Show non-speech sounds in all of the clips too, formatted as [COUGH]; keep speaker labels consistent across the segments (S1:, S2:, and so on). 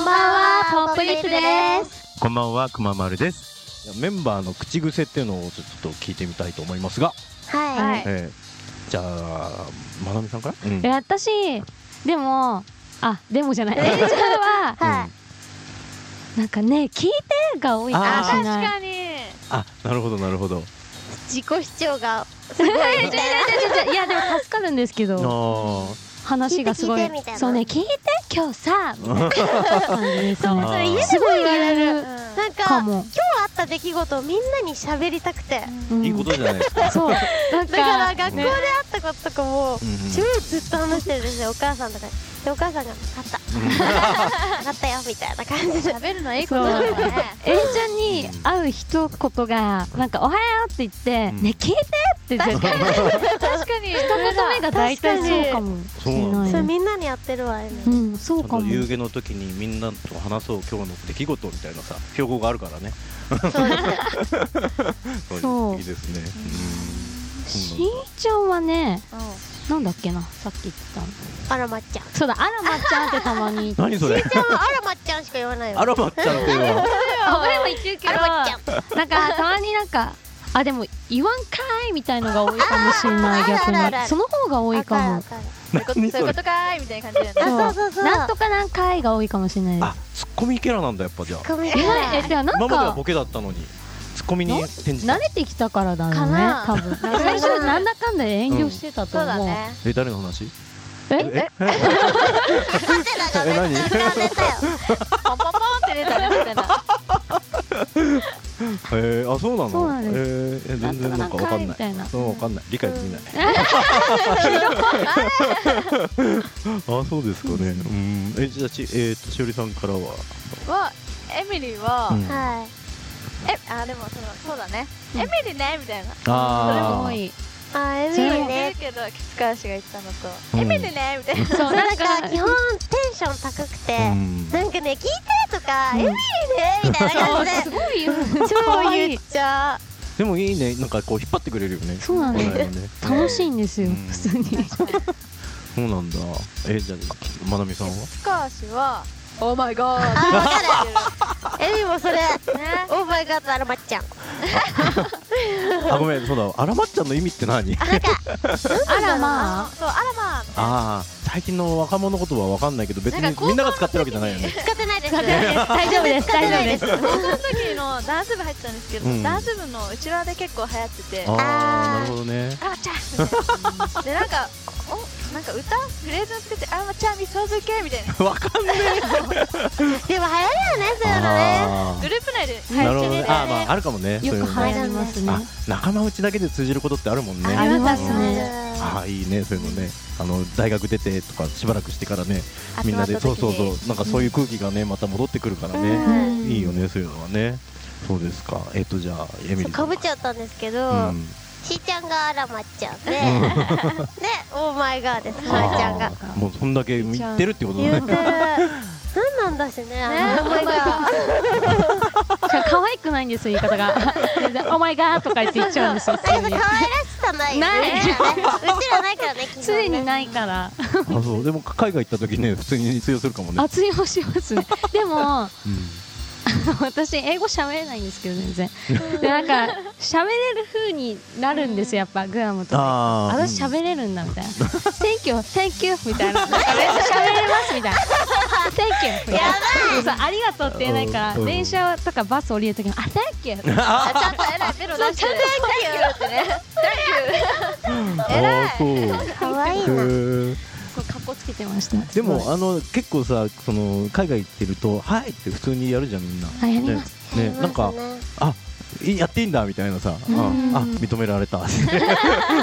S1: んばんはポップリップです
S2: こんばんは、くままるです。メンバーの口癖っていうのをちょっと聞いてみたいと思いますが、
S1: はい、
S3: はい
S2: えーじゃあ、まなみさんから、うん
S3: え私でもあでもじゃない私は
S1: はい
S3: なんかね聞いてが多いかも
S2: あー
S3: しれない
S4: に
S2: あ、なるほど、なるほど。
S1: 自己主張がすごいみたいな
S3: いやでも助かるんですけ
S2: あ
S3: ど
S2: ー
S3: 話がすごい
S1: 聞いて聞いてみたいな
S3: そうね聞いて今日さみたいな感じ [LAUGHS] ですね
S2: それ家でも
S3: すごい言われ
S1: な
S3: る
S4: なん
S1: か
S3: か
S1: 今
S3: も
S1: 日あった出来事をみんなに喋りたくて
S3: うん
S2: いいことじゃないですか。
S3: そうだ
S1: だから学校で
S3: ね
S1: あったこととかも
S2: うんうん
S1: 超ずっと話してるんですよお母さんとかにでお母さんが「分かった分かったよ」みたいな感じで
S4: 喋るのいい
S3: こ
S4: ことと
S3: だ
S4: だ
S3: よ
S4: よね
S3: えいちゃんに会う一言がなんかおはようって言って
S2: うん
S3: ね聞いてって絶対
S4: 確かに一
S3: 目の目が大体そうかもしれない
S1: それみんなにやってるわよね
S3: うん、そう
S2: ちゃん
S3: か
S2: と
S3: も。
S2: 夕げの時にみんなと話そう今日の出来事みたいなさ標語があるからね。
S1: そうですね
S3: そう
S2: いいですね。
S3: しんいちゃんはね、なんだっけな、さっき言ってたの。
S1: あらまっちゃん
S3: そうだ、あらまっちゃんってたま
S2: [LAUGHS]
S3: に。
S2: 何それ
S1: しん？ちゃんはあらまっちゃんしか言わないよ
S2: アロマっちゃんっていうのは。
S3: あ、俺も言ってるけ
S1: あらまっちゃん
S3: なんか、たまになんか、あ、でも、言わんかいみたいのが多いかもしれない、
S1: あー
S3: 逆
S1: あるあるあ
S3: に。
S1: る
S3: その方が多いかも
S1: わ。るわる
S4: そういうことかーいみたいな感じだよね
S1: あ
S3: そ
S1: そうそうそう
S3: なんとかなんかいが多いかもしれないで
S2: あ、ツッコミキャラなんだやっぱじゃあ。
S1: ごめん
S3: す。え、なえ、じゃあ、な
S2: 今
S3: ん
S2: までは
S3: か
S2: ボ、ケだったのにツッコミに転じた
S3: 慣。れてきたからだろ
S1: か
S3: うね
S1: な、
S3: 多分。最初、なんだかんだで遠慮してたと
S4: そうだ
S3: 思う。
S4: ね
S2: え誰の話？
S3: え、
S1: ハテナが
S2: え何
S1: ねハテナが出たよ
S4: ポンポンポンって出たねみたいな
S2: [LAUGHS] えー、あそうなの？
S3: そうなんです
S2: えーえ全然なんかわかん
S3: なんとかなんかいみた
S2: ないい。
S3: な
S2: そうわかんない理解できない。
S3: [LAUGHS]
S2: [LAUGHS] あそうですかね。うん。えじゃあちえっとしおりさんからは。
S4: はエミリーは、
S2: うん
S1: はい
S4: えあでもそうだそうだね、
S3: うん
S4: エミリーねみたいな
S3: す
S2: あ
S3: ごい。
S1: あーエミ
S3: そ
S1: リ
S3: れ
S1: ー
S4: 言
S3: も
S1: ね
S4: ってるけどキツカワシが言ったのと、
S2: うん
S4: エミリーねみたいな
S3: そう、
S1: な
S3: なんん
S1: か
S3: か、
S1: 基本テンション高くて
S2: うん
S1: なんかね聞いてとか
S3: うん
S1: エミリーねみたいな感じ
S3: [LAUGHS] す
S1: で
S3: ごいよ。
S1: 超
S3: 可愛
S1: 言
S3: い
S1: っちゃ
S2: でもいいねなんかこう引っ張ってくれるよね。
S3: そうなんだ
S2: こ
S3: よ
S2: の辺ね
S3: 楽しいんですよ、
S2: うん
S3: 普通に。
S2: そうなんだ。えじゃあまなみさんは？
S4: キツカワシはオーマイゴー
S1: うあーわかるエミもそれオーバーガードアルマッちゃん
S2: あごめんそうだ。あらまっちゃんの意味って何？
S1: あなんか
S3: あらま
S4: そうあらまあ
S2: ああ最近の若者言葉はわかんないけど別
S4: なん
S2: に
S4: か
S2: みんなが使ってるわけじゃないよね。
S1: 使ってないです
S3: あ、 [LAUGHS] 大丈夫です、大丈夫です。
S4: 高校の時のダンス部入ってたんですけど、
S2: うん
S4: ダンス部のうちわで結構流行ってて
S2: ああ
S1: あー
S2: なるほどね。 [LAUGHS]
S4: あらまちゃんみたいなでなんかおなんか歌フレーズを作ってあらまちゃんみそ漬けみたいな
S2: わかんない。
S1: でも流行るよねそういうのね
S2: あ
S4: グループ内で
S2: ー
S3: はい
S2: なる
S1: 一緒
S2: ほどね
S1: に。ね
S2: あーまああるかもね。
S3: よ
S2: そういう
S3: く
S2: のね
S3: 入りますね。
S2: あ仲間内だけで通じることってあるもん
S3: あ
S2: ね。
S3: りますね
S2: ああいいねそういうのね。あの大学出てとかしばらくしてからねみんなでそうそうそうなんかそういう空気がねまた戻ってくるからね。
S3: うん
S2: いいよ。ねそういうのはね。そうですか。えっとじゃあエミリーさ
S1: か
S2: ん
S1: ぶっちゃったんですけど、
S2: うん。
S1: しーちゃんがあらまっちゃん
S3: [LAUGHS]
S1: で、ね、オーマイガーです、まーちゃんが。
S2: あーもうそんだけ言ってるってこと
S1: 言
S2: だ
S1: うてる。
S2: ね。
S1: なんなんだしね、あのオーマイガー。
S3: じゃあ可愛くないんですよ、言い方が。全然お前が [LAUGHS] とか言って言っちゃうんですよ、普
S1: だけど
S3: 通に
S2: [LAUGHS]
S1: 可愛らし。さないよ
S3: ない
S1: ね。うちらないから [LAUGHS] ね、基
S3: 常
S1: 本ね
S3: にないから。
S2: [LAUGHS] あそうでも海外行った時ね普通に通用するかもね。
S3: 熱いをしますね。でも、
S2: うん
S3: 私、英語喋れないんですけど、全
S2: [LAUGHS]
S3: 然。で、なんか、喋れる風になるんですよ、やっぱ、グアムとか。
S2: あー
S3: 私喋れるんだみたいな「Thank you Thank you」みたいな「なんかめっちゃ喋れます」み
S2: [LAUGHS]
S3: たいな「Thank you」みたいなそうそうありがとう」って言えないか
S2: うん
S3: ら電車とかバス降りるときに「あ Thank you」
S4: あちゃんとえらいベロ出してるってね
S2: あーそう。
S1: 可愛いな。
S2: へー
S3: そうかっこつけてました
S2: ですも
S3: ごい
S2: あの結構さその海外行ってるとはいって普通にやるじゃんみんな。
S3: はいやります
S2: ねなんかあいやっていいんだみたいなさあ
S3: うん
S2: あ認められた [LAUGHS]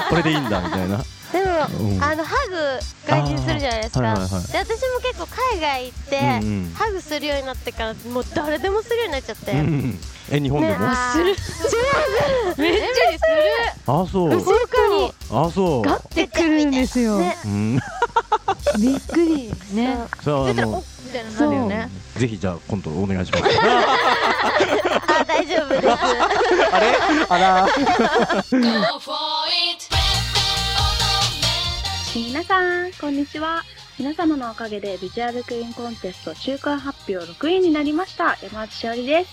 S2: これでいいんだみたいな。
S1: でも
S2: うん、
S1: あの、ハグ、外人するじゃないですか
S2: あーはいはい
S1: で、
S2: は。
S1: 私も結構海外行って
S2: うんうん、
S1: ハグするようになってから、もう誰でもするようになっちゃって。
S2: うんうんえ日本でも。あ
S1: する。
S4: めっちゃする
S2: そ
S1: 本
S2: う。
S1: 当に。
S2: あそう。
S3: ガッてくるんですよ
S1: ね。
S2: うん。 [LAUGHS]
S3: びっくりね
S1: そう
S2: そう
S4: 出
S2: あ
S4: たらお
S2: の
S4: っ。みたいなのなるよね
S2: ぜひじゃあ今度お願いします。
S1: あ、大丈夫です。
S2: あれあら。
S5: 皆さんこんにちは皆様のおかげでビジュアルクイーンコンテスト中間発表6位になりました。山内勝利で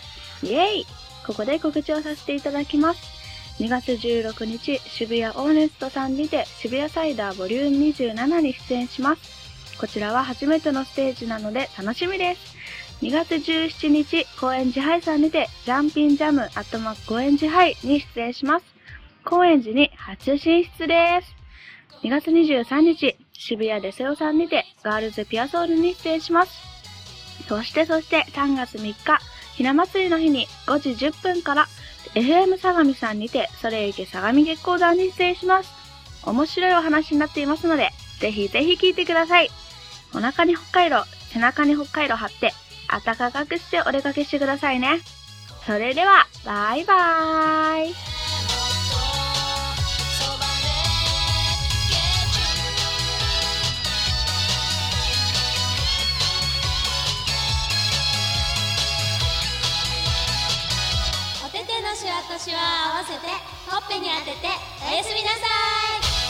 S5: す。イエーイここで告知をさせていただきます。2月16日、渋谷オーネストさんにて渋谷サイダーボリューム27に出演します。こちらは初めてのステージなので楽しみです。2月17日、高円寺ハイさんにて、ジャンピンジャム、アットマーク高円寺ハイに出演します。高円寺に初進出です。2月23日、渋谷デセオさんにて、ガールズピアソールに出演します。そしてそして3月3日、ひな祭りの日に5時10分から、FM 相模さんにて、それゆけ相模月光団に出演します。面白いお話になっていますので、ぜひぜひ聞いてください。お腹に北海道、背中に北海道貼って、暖かくしてお出かけしてくださいね。それでは、バイバーイ。
S6: おててのシワとシワを合わせてほっぺに当てておやすみなさい